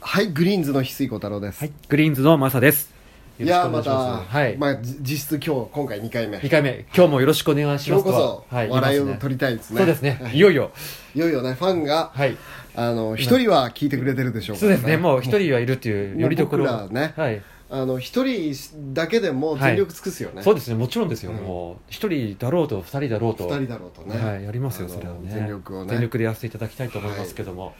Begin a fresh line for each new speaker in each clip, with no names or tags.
はいグリーンズの翡翠小太郎です、、
はいい、グリーンズのマサです。よろし
や
く
ー
お願
ま
いします。
た、
はい、
まあ、じ実質今日今回2回目
二回目、今日もよろしくお願いし
今
ま
日
すと
こ
は。
そ
は
笑いを
言
取りたいですね
ますね。そうですね、いよいよ、
いよいよねファンが、
はい、
あの一人は聞いてくれてるでしょうか
そう
ら
ですね、もう一人はいるっていうよりどころ。
もう僕らはね
はい、
あの一人だけでも全力尽くすよね、
そうですね、もちろんですよ、
うん
もう一人だろうと二人だろうと。
二人だろうとね、
はい、やりますよ、
あの
それはね。
全力をね
全力でやらせていただきたいと思いますけども。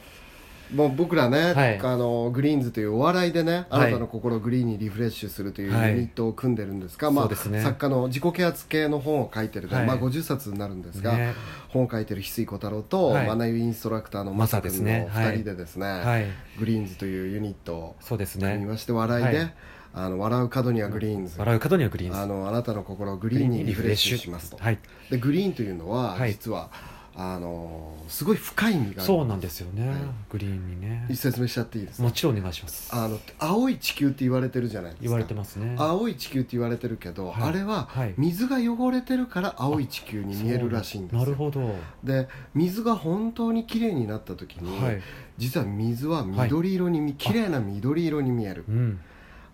もう僕らね、
はい
あのグリーンズというお笑いでね、
はい
あなたの心をグリーンにリフレッシュするというユ
はい
ニットを組んでるんですが、
そ
ま
うです
あ
ね
作家の自己啓発系の本を書いてるで、
はい
まあ、50冊になるんですが、
ね
本を書いてる翡翠小太郎と、
はい
マナユインストラクターのマサ君の
マサですねは
2
い
人でですね、
はい、
グリーンズというユニットを
そうです
組み
ね。
まして笑いで、
はい
あの笑う角にはグリーンズ、
笑う角にはグリーンズ。
あのあなたの心をグリーンにリフレッシュしますと。
はい、
でグリーンというのは、
はい
実はあのすごい深い意味がある
そうなんですよね、
はい
グリーンにね。
説明しちゃっていいですか
もちろんお願いします。
あの青い地球って言われてるじゃないですか
言われてますね。
青い地球って言われてるけど、
はい
あれは
はい
水が汚れてるから青い地球に見えるらしいんですよ
なるほど、は
で水が本当に綺麗になった時に、
い
実は水は緑色に見、綺麗な緑色に見える
うん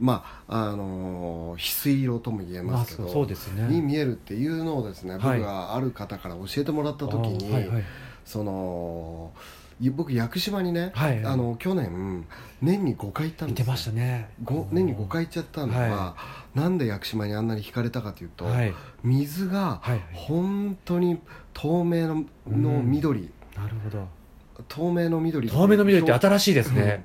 まああのー翡翠色とも言え
ま
ま
あ、
すけ
そ
ど、
うそうですね
に見えるっていうのをですね、
はい
僕がある方から教えてもらった時に、
あーはいはい
そのい僕屋久島にね、
はい
あの去年年に5回行ったん
見
です
て
よ
ましたね
ご年に5回行っちゃったのは、
は
なんで屋久島にあんなに惹かれたかというと、
はい
水が
はい
本当に透明のの緑、
なるほど
透明の緑
透明の緑って
た
新しいですね、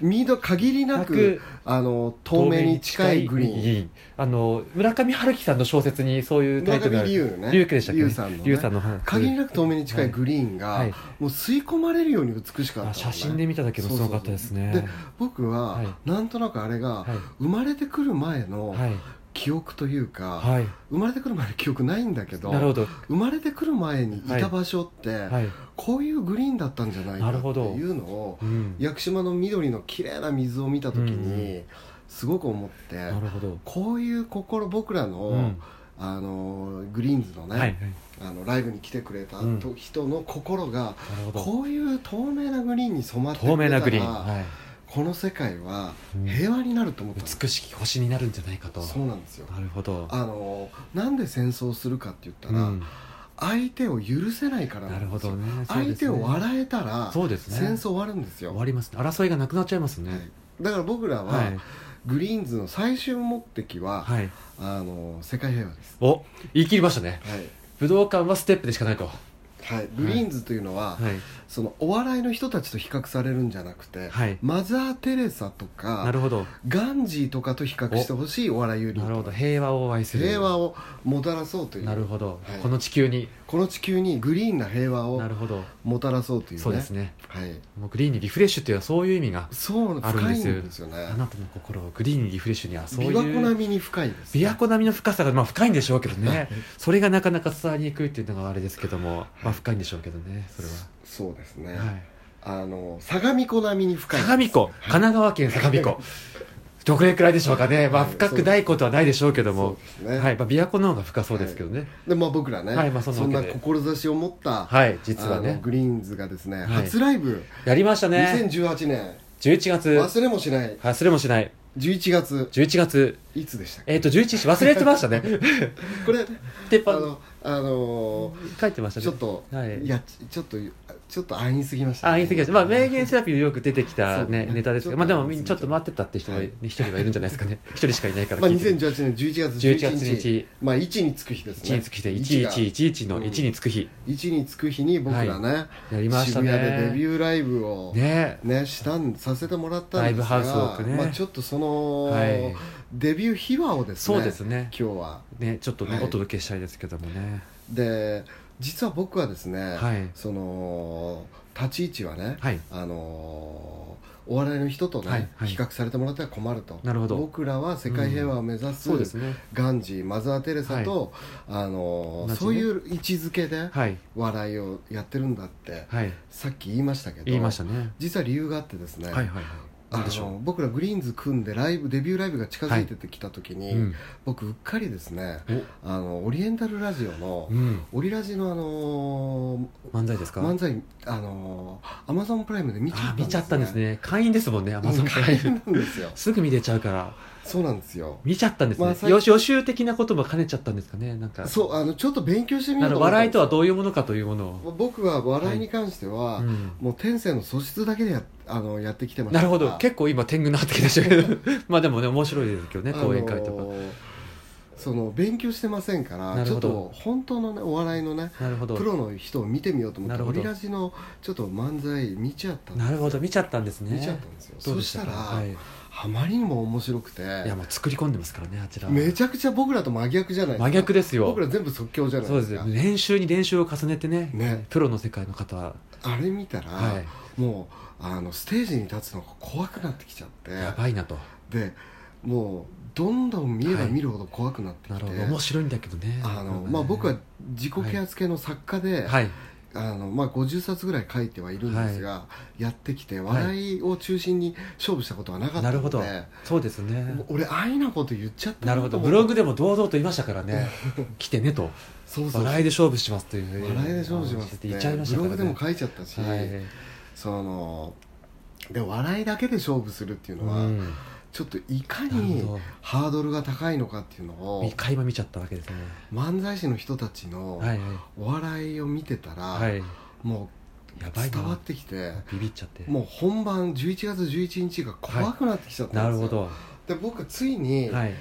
緑限りなくあの透明に近いグリーン
ンあの村上春樹さんの小説にそういうタイトルがある
村上龍ね
龍家でしたっけ
龍さんのね
龍さんの話
限りなく透明に近いグリーンが、
はい
もう吸い込まれるように美しかったのね、
あ写真で見ただけでもすごかったですね
そうそうそうで僕は、
はい
なんとなくあれが、
はい
生まれてくる前の
はい
記憶というか、
はい
生まれてくる前の記憶ないんだけど
なるほど
生まれてくる前にいた場所って、
はい、
こういうグリーンだったんじゃないかっ
な
て
るほど
いうのを
うん、
屋久島の緑の綺麗な水を見た時
うん
にすごく思って、
なるほど、
こういう心僕らの、
うん
あのグリーンズのね、
はいはい
あのライブに来てくれたと、
うん
人の心が
なるほど
こういう透明なグリーンに染まってく
透明
れた
なグリーン、
ら
はい、
この世界は
うん
平和になると思ったの、
美しき星になるんじゃないかと
そうなんですよ
なるほど
あのなんで戦争するかって言った
う
ら、
ん、
相手を許せないから
な
な
る
ん
ほ
ですよ
どねそ
相
うですね
手を笑えたら
そうですね
戦争終わるんですよ
終わりますね争いがなくなっちゃいます
は
ね
いだから僕らは、
はい
グリーンズの最終目的は、
はい、
あの世界平和です
お言い切りましたね
はい、
武道館はステップでしかないとは
はい、グリーンズというのは、
い
そのお笑いの人たちと比較されるんじゃなくて、
はい
マザー・テレサと
な
か
るほど
ガンジーとかと比較してほしいお笑いユニ
なるほ
ッ
ど
ト
平和を愛する
平和をもたらそうという
なるほど、
はい
この地球に
この地球にグリーンな平和を
なるほど
もたらそうというね
そうですね
はい、
もうグリーンにリフレッシュっていうのはそういう意味が
そう
あるん
深
で
い
すよ
んですよね
あなたの心をグリーンにリフレッシュにはそうい
琵
う
琶湖並みに深いです、
琵琶湖並みの深さが、まあ、深いんでしょうけどねそれがなかなか伝わりにくいっていうのがあれですけども、まあ、深いんでしょうけどねそれ
そうですね、
は、はい、
あの相模湖並みに深い
相模湖神奈川県相模湖 どれくらいでしょうかね、まあ、
はい
深くないことはないでしょうけど
そ
も
う、ですね、
はいまあ、琵琶湖の方が深そうですけどね
でまあ僕らね、
はいまあそ
そ
んなわ
ん
け
な
で
志を持った、
はい、実は
あの
ね
グリーンズがですね、
い
初ライブ、
やりましたね
2018年
11月
忘れもしない
忘れもしない
11月
11月
いつでしたっけ
えっ、と11日忘れてまし たね
これ
鉄
あ
板
のあの
書いてました
ー
ね
ちょっと、
はい
い、やちょっとちょっと安易すぎました、
あ言い過ぎました、まあ、名言セラピーでよく出てき
そ
た、
うだね
ね、ネタですけ
ち
ど、
ょっ
まあ、
と
でもちょっと待ってたって人が
はい
一人はいるんじゃないですかね 一人しかいないから
まあ、
聞いてる
2018年11月11
11
日
月11
まあ1につく日です
1
ね
につきて
1が
1111の1につく日
1につく日に僕らね、
やりました
渋
ね
谷でデビューライブをね
ね
したんさせてもらったんですが
ライブハウスを置くね
まあ、ちょっとその、
はい
デビュー秘話をですね
そうですね
今日は
ねちょっとね、
はい
お届けしたいですけどもね
で実は僕はですね、
はい
その立ち位置はね、
はい
あのお笑いの人とね、
はいはい
比較されてもらっては困ると
なるほど
僕らは世界平和を目指す、
そうですね
ガンジーマザー・テレサと、あの
同じね
そういう位置づけで
はい
笑いをやってるんだって、
はい
さっき言いましたけど
言いましたね
実は理由があってですね、
はいはいはいなん
あ
でしょう
の僕らグリーンズ組んでライブデビューライブが近づいててきた時に、
うん
僕うっかりですねあのオリエンタルラジオの、
おうん
オリラジのあの
漫才です
ー
か
漫才あのアマゾンプライムで見ちゃった
あ
んです、ね、
見ちゃったんですね会員ですもんねアマゾンプラ
会
イ
員
ム
なんですよ
すぐ見れちゃうから
そうなんですよ
見ちゃったんですね、
まあ最
よし予習的なことも兼ねちゃったんですかねなんか
そうあのちょっと勉強してみよ
な
うんと
か
思ったん
笑い
です
と
よ
はどういうものかというものを、
僕は笑いに関しては、
うん
もう天性の素質だけでやあのやってきてました
な
か
る
ら
ほど結構今天狗になってきましたけ どまあでもね面白いですよね講演会とか、
あのーその勉強してませんから
な
ち
る
ょっ
ほど
と本当のねお笑いのね
なるほど
プロの人を見てみようと思っ
な
て
る
オ
ほど
リラジのちょっと漫才見ちゃったんです
なるほど見ちゃったんですね
見ちゃったんですよ
どう
そ
で
し
か
たら、
はい、い
あまりにも面白くて
やもう作り込んでますからねあちらは
めちゃくちゃ僕らと真逆じゃないですか
真逆ですよ
僕ら全部即興じゃない
そう
で
です
すか
よ練習に練習を重ねてね
ね
プロの世界の方は、
あれ見たら、
は
もうあのステージに立つのが怖くなってきちゃって
い、やばいなと
でもうどんどん見れば
はい
見るほど怖くなってき
な
て、
るほど面白いんだけどね
あ
なん
の
かね
まあ、僕は自己啓発系の作家で、
はい
あのまあ、50冊ぐらい書いてはいるんですが、やってきて笑いを中心に勝負したことはなかっ
な
た
る
の
ほ
で、
どそうですね
俺安易なこと言っちゃった
なるほど
と思
ブ
って
ログでも堂々と言いましたからね来てねと
そうそう
笑いで勝負しますという
笑いで勝負しますって
言っちゃいまし
ブ
たか
ロ
ら
グ
ね
でも書いちゃったし、
はい
そので笑いだけで勝負するっていうのは、
うん
ちょっといか
なる
に
ほ
ハードルが高いのかっていうの
ど
を
一回今見ちゃったわけですね
漫才師の人たちの
はい
お笑いを見てたら、
はいはい
も
や
う
ばい
伝わ
な
ってきて
ビビっちゃって
もう本番11月11日が怖くなってきちゃった
なん
で
る
すよ、
ほど
で僕ついに、
はい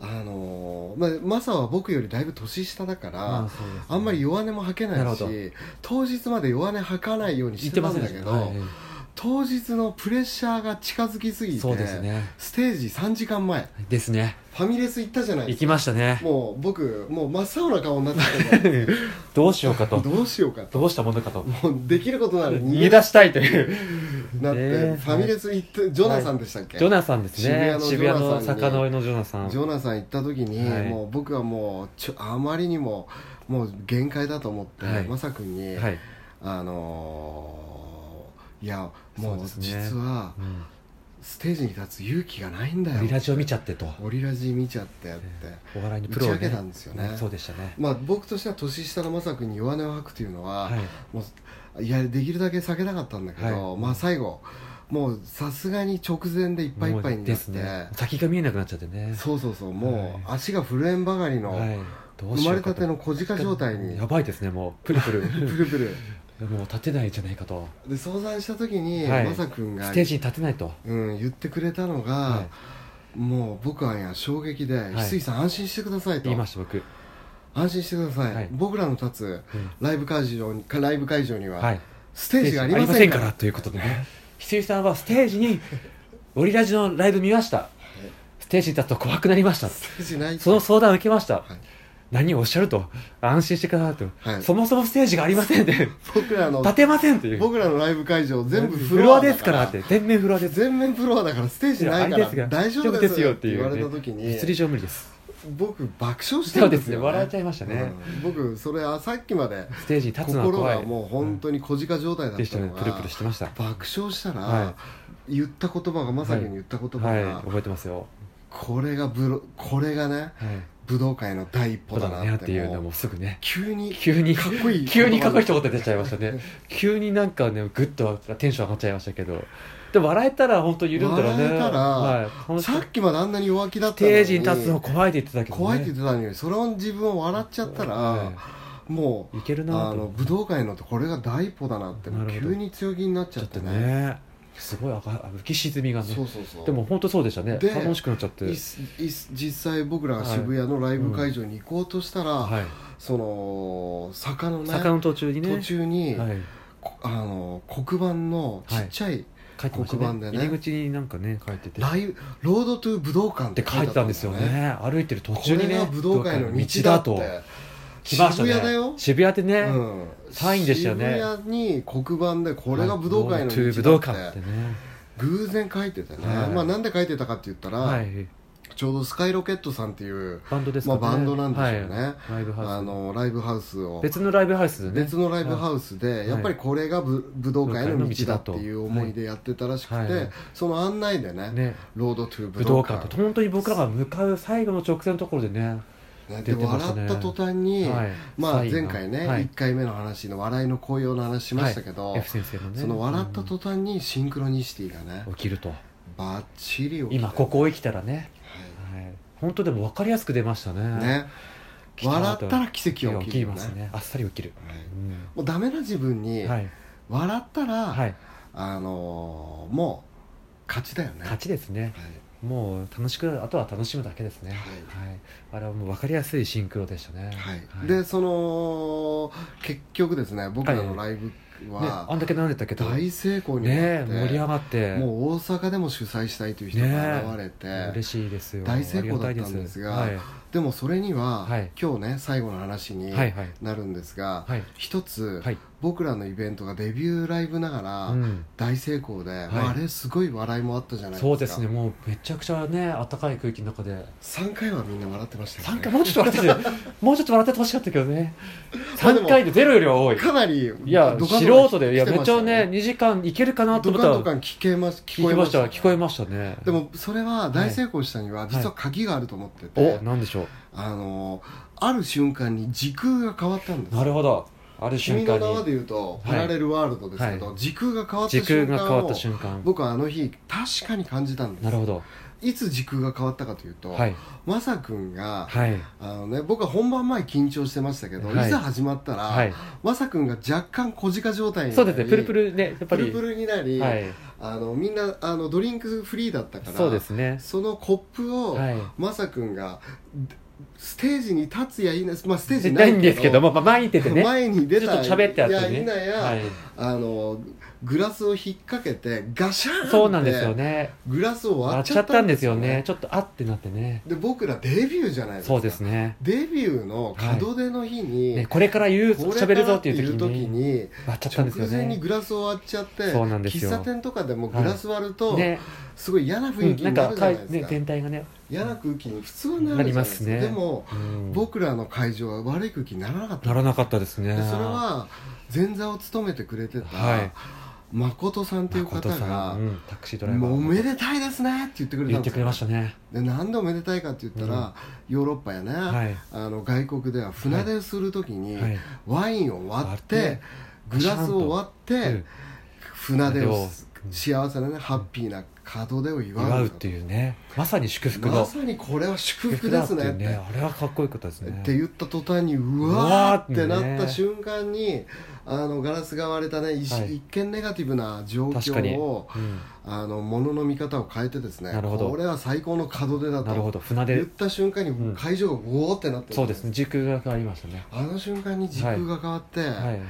あのーまあ、マサは僕よりだいぶ年下だから、
まあそうですね
あんまり弱音も吐け
なる
な
ほ
いし
ど
当日まで弱音吐かないように
言
し
ってて
た
ま
ん
せん
だ
で
け
した
ど、
はい
当日のプレッシャーが近づきすぎて
そうですね
ステージ3時間前
ですね
ファミレス行ったじゃないです
行
か
きましたね
もう僕もう真っ青な顔になってたか
どうしようから と
どうしようかと
どうしたものかと
もうできることなら逃
逃
げ
げ
出
出した いという
なって、
ねえ
ファミレス行ってジョナサンでしたっけ、
ジョナサンですね
渋
渋
谷
谷
のジョナサン
の
に
坂の上のジョナサン
ジョナサン行った時に、
はい
もう僕はもうちょあまりにももう限界だと思って、
はい
マサ君に、
はい
あのーいやも
そう
う
ですね
実は
うん
ステージに立つ勇気がないんだよ
オリラジを見ちゃってと
オリラジ見ちゃってって、
お笑いのプロを
打ち上げたんですよね
そうでしたね
まあ僕としては年下のマサ君に弱音を吐くというのは、
はい
もういやできるだけ避けたかったんだけど、
はい
まあ最後もうさすがに直前でいっぱいいっぱいに
で
なっ
す
て、
ね先が見えなくなっちゃってね
そうそうそうもう足が震えんばかりの、
はいどう
生
しよ
ま
う
れ
か
た
と
ての小鹿状態に
やばいですねもうプルプル
プルプル
もう立てないじゃないかと
で相談した時に、
はい
マサ君が
ステージに立てないと
うん、言ってくれたのが、
は
もう僕は衝撃で「翡
い
翠さん安心してください」と
言いました僕
「安心してください、
はい
僕らの立つ
うん
ライブ会場にライブ会場には、
はい
ステージがありませんから
ありまということでね翡翠さんはステージ にオリラジのライブ見ましたステージに立つと怖くなりました
ステージない
その相談を受けました、
い
何をおっしゃると安心してくださいと、
はい
そもそもステージがありませんって
僕らの
立てませんという
僕らのライブ会場全部
フ
フ
ロ
ロア
ア
だ
ですからって全面フロアです
全面フロアだからステージないか
いや
ら
あれですが
大丈夫ですよって言われた時
ね
に
物理上無理です
僕爆笑して
そ
る
うん
で
です
す
ね
よ、
笑っちゃいましたね、
うん僕それはさっきまで
ステージに立つのは
心
怖い
がもう本当に小鹿状態だ
で
っ
したた
の
ね
が、
プルプルしてました
爆笑したら、
は
言った言葉がまさきに言った言葉が、
はい覚えてますよ、
これがブロこれがね
はい、
武道会の第一歩
そう
だ
だね
なっ
ってていうの
もう
もすぐね
急に
急に
かっこいい
急にかっこいい
人
一言出ちゃいましたね急になんかねグッとテンション上がっちゃいましたけどでも笑えたら本当緩んだらね
笑えたら
はい、楽しか
さ
った
っきまであんなに弱気だっ
ス
たのに
テージに立つの怖いって言ってたけど、ね、
怖いって言ってたのにそれを自分を笑っちゃったら、もう
いけるな
あ
と
の武道会のとこれが第一歩だなって
なるほど
急に強気になっち
ち
ゃ
ょ
っ
っと
てね
ねすごい赤浮き沈みがね
そうそうそう
でも本当そうでしたね
で
楽しくなっちゃって
いすいす実際僕らが渋谷のライブ会場に行こうとしたら、
はい
その坂のね
坂の途中にね
途中に、
はい、
こあの黒板のちっちゃい、
書いてました
黒板でね
ね入り口になんかね書いてて
ライブロードトゥ武道
っ
館
て
って
書いてたんですよ
書いてあ
ね歩いてる途
ったんだよねこれ
中にね
が武道会の道だって
来ました
渋
ね
谷だよ、
渋谷でね、
うん、
サインでしたよね
渋谷に黒板でこれが武道会の
はい武道
道だ
館
っ
って
て
ね、
偶然書いてたね、
はい
まあなんで書いてたかって言ったら、
はい、
ちょうどスカイロケットさんっていう、
バンドですか
まあ、
ね、
バンドなんでしょうね、
はい、ライブハ
あ
ウ
のライブハウスを
ス別のライブハウスでね
別のライブハウスで、
い
やっぱりこれがぶ武道会の道だっていう
はい
思いでやってたらしくて、
はいはい
その案内でね
ね
ロードトゥ
武
武
道
道
館
館
と本当に僕らが向かう最後の直線のところでね、
ね
出
で
てましたね
笑った途端に、
はい
まあ、
最後
前回ね、一
はい
1回目の話の笑いの紅葉の話しましたけど、
F 先生のね
その笑った途端にシンクロニシティがね
うん起きると
バッチリ起きて
今ここを生きたらね、
は
はい、本当でも分かりやすく出ましたね
いね笑ったら奇
起
跡が起
き
きるよね
ますねあっさり起きる、
はいうもうダメな自分に、
ん、はい
笑ったら、
はい
あのーもう勝ちだよね
勝ちですね
はい
もう楽しくあとは楽しむだけですね、
はい
はい、あれはもう分かりやすいシンクロでしたね、
はい
で、
でその結局ですね僕らのライブ
ね、
は
あんだけ悩んでたけどね
大成功になって、
盛り上がって
もう大阪でも主催したいという人が現れて、
嬉しいですよ
大成功だったんですが
あり
でもそれには、
はい
今日ね最後の話に
がたいですはい、はい
なるんですが、
はい
一つ、
はい、
僕らのイベントがデビューライブながら、
はいうん
大成功で、
い
まああれすごい笑いもあったじゃないですか
そうですねもうめちゃくちゃね暖かい空気の中で
3回はみんな笑ってました
3
け
回
ど、
もうちょっと笑っててもうちょっと笑っててほしかったけどね
まあでも
3回でゼロよりは多い
かなり
いや
ドカ
素
ンドカン
人でいや
来て
めっ
まし
ち
た
ゃ
よ
ね2時間いけるかなと
ド
思
カン
っ
ド
た
カ
ら
ン聞けます
聞こえました
ね
聞こえましたね
でもそれは大成功したには実は鍵があると思ってて、
おなんでしょ
あのある瞬間に時空が変わったんで
う
す
なるほどある瞬
君の
間
名は
に
で言うと
は
パ
い
ラレルワールドですけど、
は
時空が変わった
時空
瞬
が変わ
間
っ
を
た瞬間
僕はあの日確かに感じたんで
なる
す
ほど
いつ時空が変わったかというと、
はい
まさくんが、
はい
あのね、僕は本番前緊張してましたけど、
はい
い、ざ始まったら、
はい
まさくんが若干小鹿状態になり
そうですねプルプルねやっぱ
プ
り
ルプルになり、
はい
あのみんなあのドリンクフリーだったから
そうですね
そのコップを、
はい
まさくんがでステージに立つやいな、まあ、ステージ
絶
にな
対
い
んですけどもまあ前に出てね
前に出
ちょ
た
っと喋ってあった
や
ね
いなや、
はい
あのグラスを引っ掛けてガシャーンって
そうなんですよね
グラスを割
割
っ
っ
ち
ち
ゃ
ゃ
っ
ったた
ん
ん
で
ですす
よ
よ
ね
ねちょっとあってなってね
で僕らデビューじゃないですか
そうですね
デビューの門出の日に、
ねこれから言う
これ
喋るぞっていう
か
時
らって
に
いう時
ね
に
割っちゃったんですよ
直前に
ね
グラスを割っちゃって
そうなんですよ
喫茶店とかでもグラス割ると、
ね
すごい嫌な
う
雰囲
ん
気
な
に
ん
な
か
るじゃな
か
いいです
ね
か、
全体がね
嫌な空気に普通になるじゃないですか
なりますね
でも、
うん
僕らの会場は悪い空気にならなかった
ならなかったですね
でそれは前座を務めてくれてた、
はい
誠さんという方
誠さ
が
んうんタクシ
「
ードライバー
もうお
の
めでたいですね」って言ってくれた
言
ん
っ
で
て
す
くれ
よ
ましたね
でなんでおめでたいかって言ったら、ヨーロッパやね、
はい
あの外国では船出する時に
はい
ワインを割って、
割って
グラスを割って、
うん
船出を
うん
幸せなねハッピーな門出を祝う
祝うっていうねまさに祝福
ま
の
さにこれは祝福ですね
祝だ
っ
って
て
いうねあれはかっこよかったですね
って言った途端にう
うわ
わ
ー
ー
っ
って
ね
てなった瞬間にあのガラスが割れたね一,、
はい
一見ネガティブな状
確かに
況を
うん
あのものの見方を変えてですね
なるほど
これは最高の門出だ
なるほ
と
ど船
言っ
出
た瞬間
うん
に会場がウォーってなって
そうですね時空が変わりましたね
あの瞬間に時空が変わって、
はい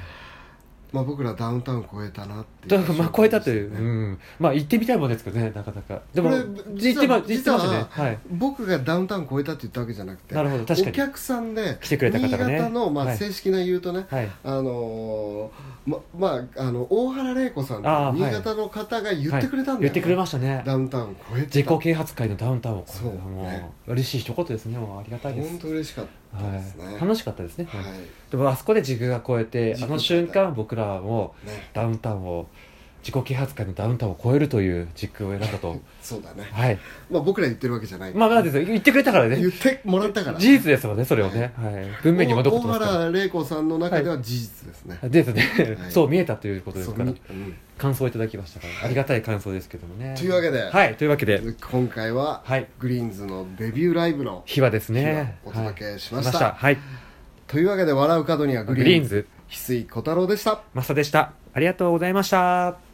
まあ、僕らダウンタウン超えたなってい
だ
う
からまあ超えたという、うん、まあ行ってみたいもんですけどねなかなかでも
これ
行ってま行ってまし
実は
たねはい
僕がダウンタウン超えたって言ったわけじゃなくて
なるほど確か
お
に
客さんで
来てくれた方がね
新潟の、ま
は
あ、
い
正式な言うとね、
はい
あのーままああの大原玲子さん
あー
新
はい
潟の方が言ってくれたんだよ、ね
はい言ってくれましたね
ダウンタウン超えて
自己啓発会のダウンタウンをこれ
そうね
もう嬉しい一言ですねもうありがたいです
本当嬉しかったですね、
はい、楽しかったですね、
はい、
でもあそこで時空が超えて
時
あ
空
の瞬間僕らも
ね
ダウンタウンを自己啓発会のダウンタウンを超えるという軸を選んだ と
そうだね
はい
まあ僕ら言ってるわけじゃない、
まあまあですよ言ってくれたから
言
ね
ってもらったから
事実ですもんねそれをね、はい、文面にも残
大
ってますか
原玲子さんの中では事実ですね、
ら ですね、
はい
そう見えたということです
そう
から
みうん
感想をいただきましたから、ありがたい感想ですけどもね
というわけで
はいというわけで
今回は、
はい
グリーンズのデビューライブの
秘話ですね
秘話をお届けしま
は
し
い
た
はい
というわけで笑う角にはグ
グ
リ
リ
ー
ー
ンズ
ンズ
翡翠小太郎でした
マサでしたありがとうございました